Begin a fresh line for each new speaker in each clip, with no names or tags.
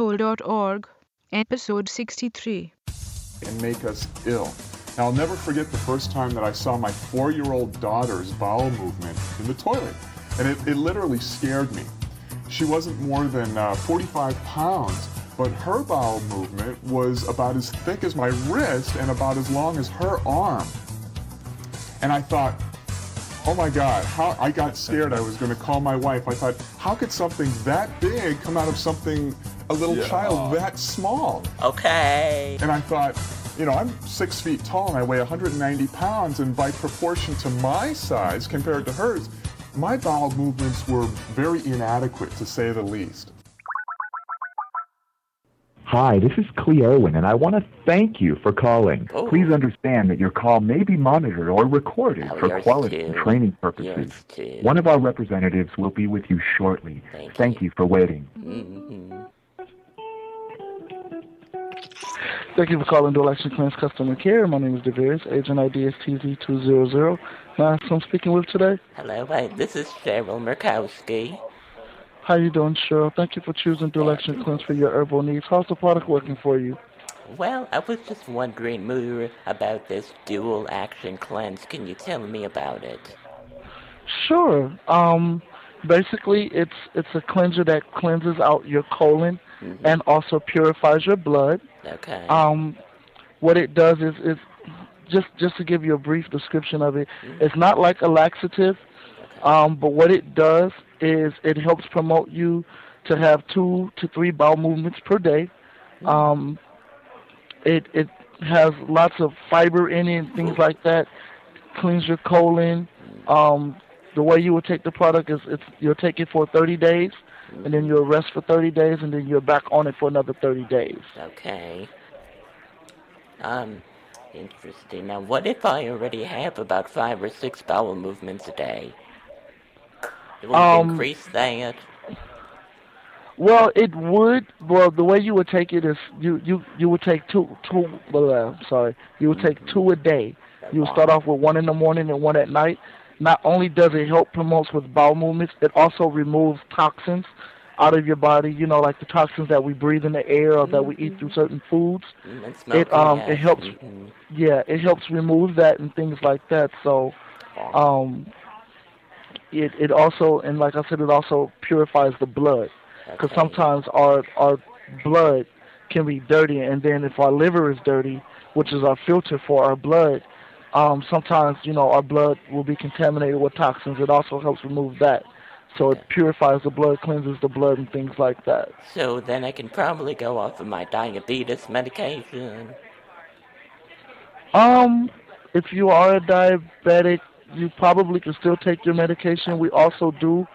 nordhole.org, episode 63.
and make us ill. Now, I'll never forget the first time that I saw my four year old daughter's bowel movement in the toilet, and it, it literally scared me. She wasn't more than uh, 45 pounds, but her bowel movement was about as thick as my wrist and about as long as her arm. And I thought, oh my God, how I got scared. I was going to call my wife. I thought, how could something that big come out of something, a little
Yeah.
child that small?
Okay.
And I thought, you know, I'm six feet tall and I weigh 190 pounds, and by proportion to my size compared to hers, my bowel movements were very inadequate, to say the least.
Hi, this is Clee Irwin, and I want to thank you for calling.
Oh.
Please understand that your call may be monitored or recorded
Oh,
for
yours
quality
too.
and training purposes.
Yours too.
One of our representatives will be with you shortly.
Thank
you. for waiting.
Thank you for calling Dual Action Clans Customer Care. My name is DeVere's agent ID is TZ200. May I ask who I'm speaking with today?
Hello, hi, this is Cheryl Murkowski.
How you doing, Cheryl? Thank you for choosing Dual Action Cleanse for your herbal needs. How's the product working for you?
Well, I was just wondering more about this dual action cleanse. Can you tell me about it?
Sure. Um, basically, it's it's a cleanser that cleanses out your colon and also purifies your blood.
Okay.
Um, what it does is, is just just to give you a brief description of it. It's not like a laxative, um, but what it does is it helps promote you to have two to three bowel movements per day. Um, it it has lots of fiber in it and things like that. Cleans your colon. Um, the way you will take the product is it's, you'll take it for 30 days, and then you'll rest for 30 days, and then you're back on it for another 30 days.
okay. Um, interesting. Now, what if I already have about five or six bowel movements a day? It will
Um,
increase that.
Well, it would. Well, the way you would take it is you you you would take two two. Well, uh, sorry, you would take two a day. You would start off with one in the morning and one at night. Not only does it help promotes with bowel movements, it also removes toxins out of your body. You know, like the toxins that we breathe in the air or that we eat through certain foods.
Mm, and smoking
um,
that.
it helps-
Mhm.
Yeah, it helps remove that and things like that. So, um, it it also and like I said, it also purifies the blood because
Okay.
sometimes our our blood can be dirty, and then if our liver is dirty, which is our filter for our blood, um, sometimes you know our blood will be contaminated with toxins. It also helps remove that, so it purifies the blood, cleanses the blood, and things like that.
So then I can probably go off of my diabetes medication.
Um, if you are a diabetic, you probably can still take your medication. We also do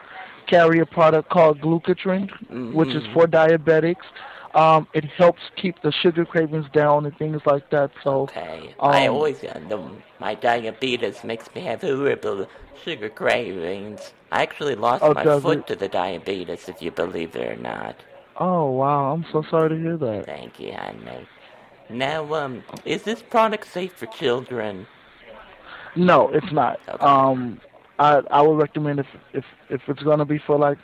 carry a product called Glucotrin, which
Mm-hmm.
is for diabetics. Um, it helps keep the sugar cravings down and things like that. So,
Okay. I
um,
always uh, the, my diabetes makes me have horrible sugar cravings. I actually lost
Oh,
my
does
foot
it?
to the diabetes, if you believe it or not.
oh wow, I'm so sorry to hear that.
Thank you, I know. Now, um, is this product safe for children?
No, it's not.
Okay.
Um, I I would recommend if if if it's gonna be for like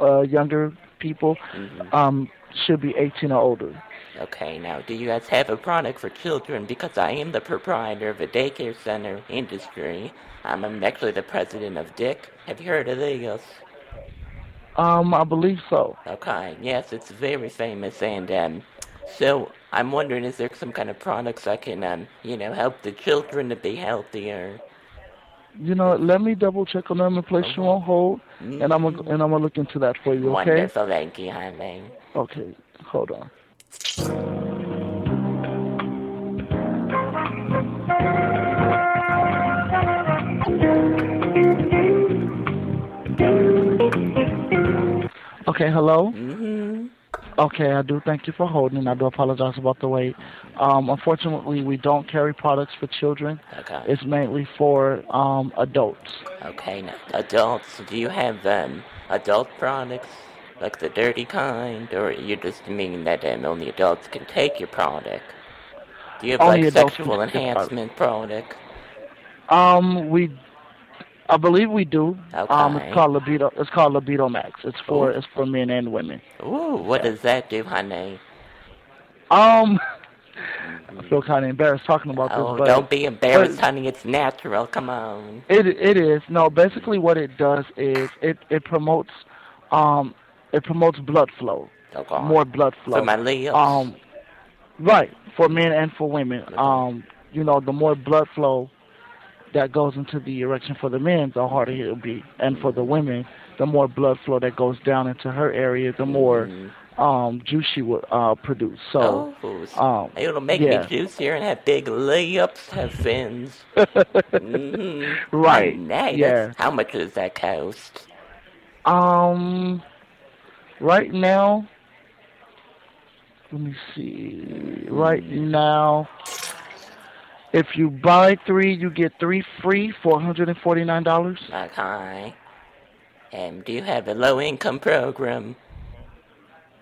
uh, younger people,
Mm-hmm.
um, should be 18 or older.
Okay, now, do you guys have a product for children? Because I am the proprietor of a daycare center industry. I'm um, actually the president of DIC. Have you heard of this?
Um, I believe so.
Okay, yes, it's very famous, and um, so I'm wondering, is there some kind of products I can, um, you know, help the children to be healthier?
You know, let me double check on them and place you on hold, and I'm gonna, and I'm gonna look into that for you. Okay.
Wonderful, thank you, honey.
Okay. Hold on. Okay. Hello.
Mm-hmm.
Okay, I do thank you for holding. I do apologize about the wait. Um, unfortunately, we don't carry products for children.
Okay.
It's mainly for um, adults.
Okay, now, adults, do you have um, adult products, like the dirty kind, or you just mean that um, only adults can take your product? Do you have
Only
like
adults can
sexual
take your product.
enhancement product?
Um, we I believe we do. Um,
Okay. Oh.
it's called libido. It's called libido max. It's for
Ooh.
it's for men and women.
Ooh, what does that do, honey?
Um, I feel kind of embarrassed talking about
Oh,
this, but
don't be embarrassed,
but-
honey. It's natural. Come on.
It it is no. Basically, what it does is it it promotes, um, it promotes blood flow,
Oh, God.
more blood flow.
For my Leo.
um, right for men and for women. Um, you know, the more blood flow that goes into the erection for the men, the harder it'll be, and for the women, the more blood flow that goes down into her area, the more um juice she will uh, produce. So,
oh, s-
um,
it'll make
yeah.
me juicier and have big layups, have fins. Mhm.
Right,
Nice.
yeah.
How much does that cost?
Um, right now, let me see. Right now, if you buy three, you get three free for $149.
Okay. And do you have a low income program?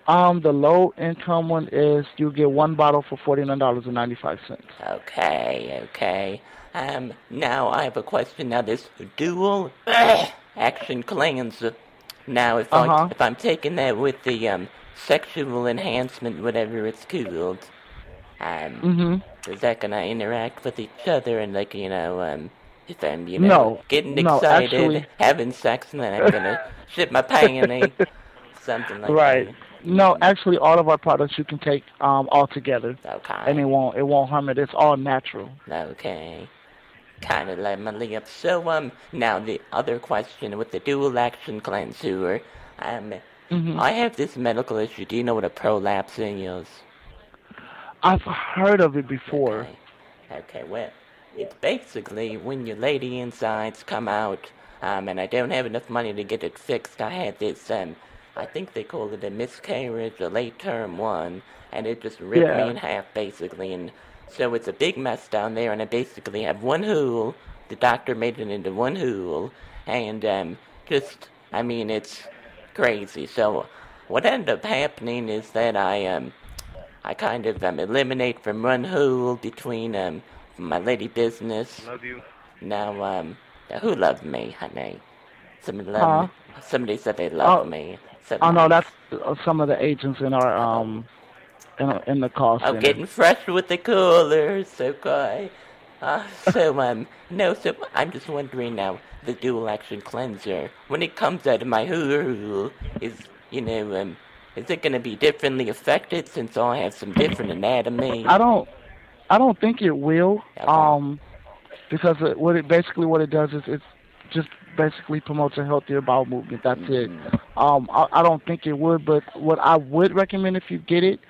Um, the low income one is you get one bottle for $49.95.
Okay, okay. Um, now I have a question. Now this dual action cleanse. Now if
Uh-huh.
I if I'm taking that with the um sexual enhancement, whatever it's called, um,
Mm-hmm.
is that gonna interact with each other and like you know um if I'm you know
No,
getting
no,
excited,
actually-
having sex, and then I'm gonna shit my panty, something like Mm-hmm.
Right. No, actually, all of our products you can take um, all together,
that. Okay.
and it won't it won't harm it. It's all natural.
Okay. Kind of let my lips. So, um, now the other question with the dual action cleanser. Um,
Mm-hmm.
I have this medical issue. Do you know what a prolapsing is?
I've heard of it before.
Okay. Okay, well, it's basically when your lady insides come out, um, and I don't have enough money to get it fixed. I had this, um, I think they call it a miscarriage, a late term one, and it just ripped
Yeah.
me in half, basically. And so it's a big mess down there, and I basically have one hole. The doctor made it into one hole, and, um, just, I mean, it's crazy. So what ended up happening is that I, um, I kind of um, eliminate from one hole between um my lady business.
Love you.
Now um who loved me, honey? Somebody loved me. Somebody said they loved
Oh.
me. Some-
Oh no, that's uh, some of the agents in our um in, in the call
Oh,
center.
getting fresh with the coolers, okay. Uh, so um no, so I'm just wondering now the dual action cleanser when it comes out of my hoo is you know um is it going to be differently affected since I have some different anatomy?
I don't I don't think it will
Okay.
um because it, what it basically what it does is it just basically promotes a healthier bowel movement. That's it. Um I, I don't think it would, but what I would recommend if you get it,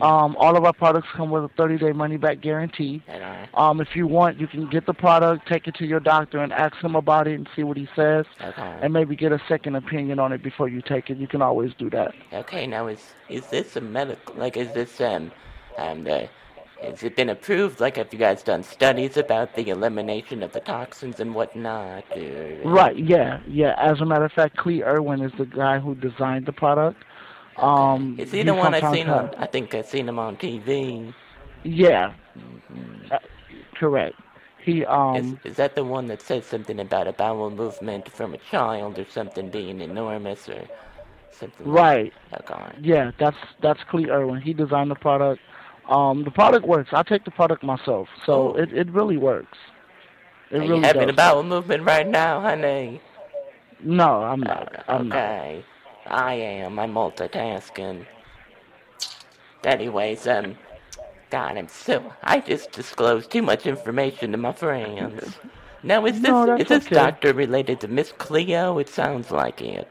um all of our products come with a 30-day money back guarantee.
And I-
Um if you want, you can get the product, take it to your doctor and ask him about it and see what he says.
okay.
and maybe get a second opinion on it before you take it. You can always do that.
Okay, now is is this a medical? Like, is this um, um, the, has it been approved? Like, have you guys done studies about the elimination of the toxins and whatnot? Or, um,
Right? Yeah, yeah. As a matter of fact, Clee Irwin is the guy who designed the product. Um,
Is he the one I've
sometimes
seen on?
has-
I think I've seen him on TV.
Yeah, Uh, correct. He um
is, is that the one that says something about a bowel movement from a child or something being enormous or something?
right.
Like, oh God.
Yeah, that's that's Clee Irwin. He designed the product. Um, the product works. I take the product myself, so
Oh.
it it really works. It
Are
really
you having
does.
a bowel movement right now, honey?
No, I'm not. I'm not.
okay. I am. I'm multitasking. Anyways, um, God, I'm so. I just disclosed too much information to my friends. Now, is this
No, that's
is this
okay.
doctor related to Miss Cleo? It sounds like it.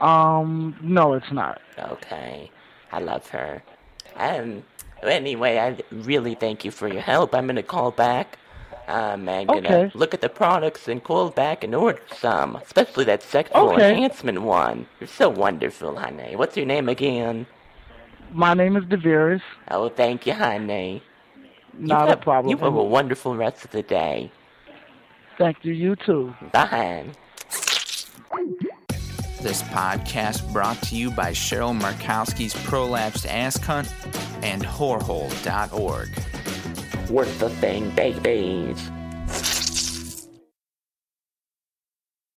Um, no, it's not.
Okay, I love her. Um, anyway, I really thank you for your help. I'm gonna call back. Um, I'm gonna
Okay.
look at the products and call back and order some, especially that sexual
Okay.
enhancement one. You're so wonderful, honey. What's your name again?
My name is Deveris.
Oh, thank you, honey. You
Not
have-
a problem.
You have a wonderful rest of the day.
Thank you. You too.
Bye.
This podcast brought to you by Cheryl Markowski's Prolapsed Ass Cunt and whorehole.org.
Worth the thing, babies.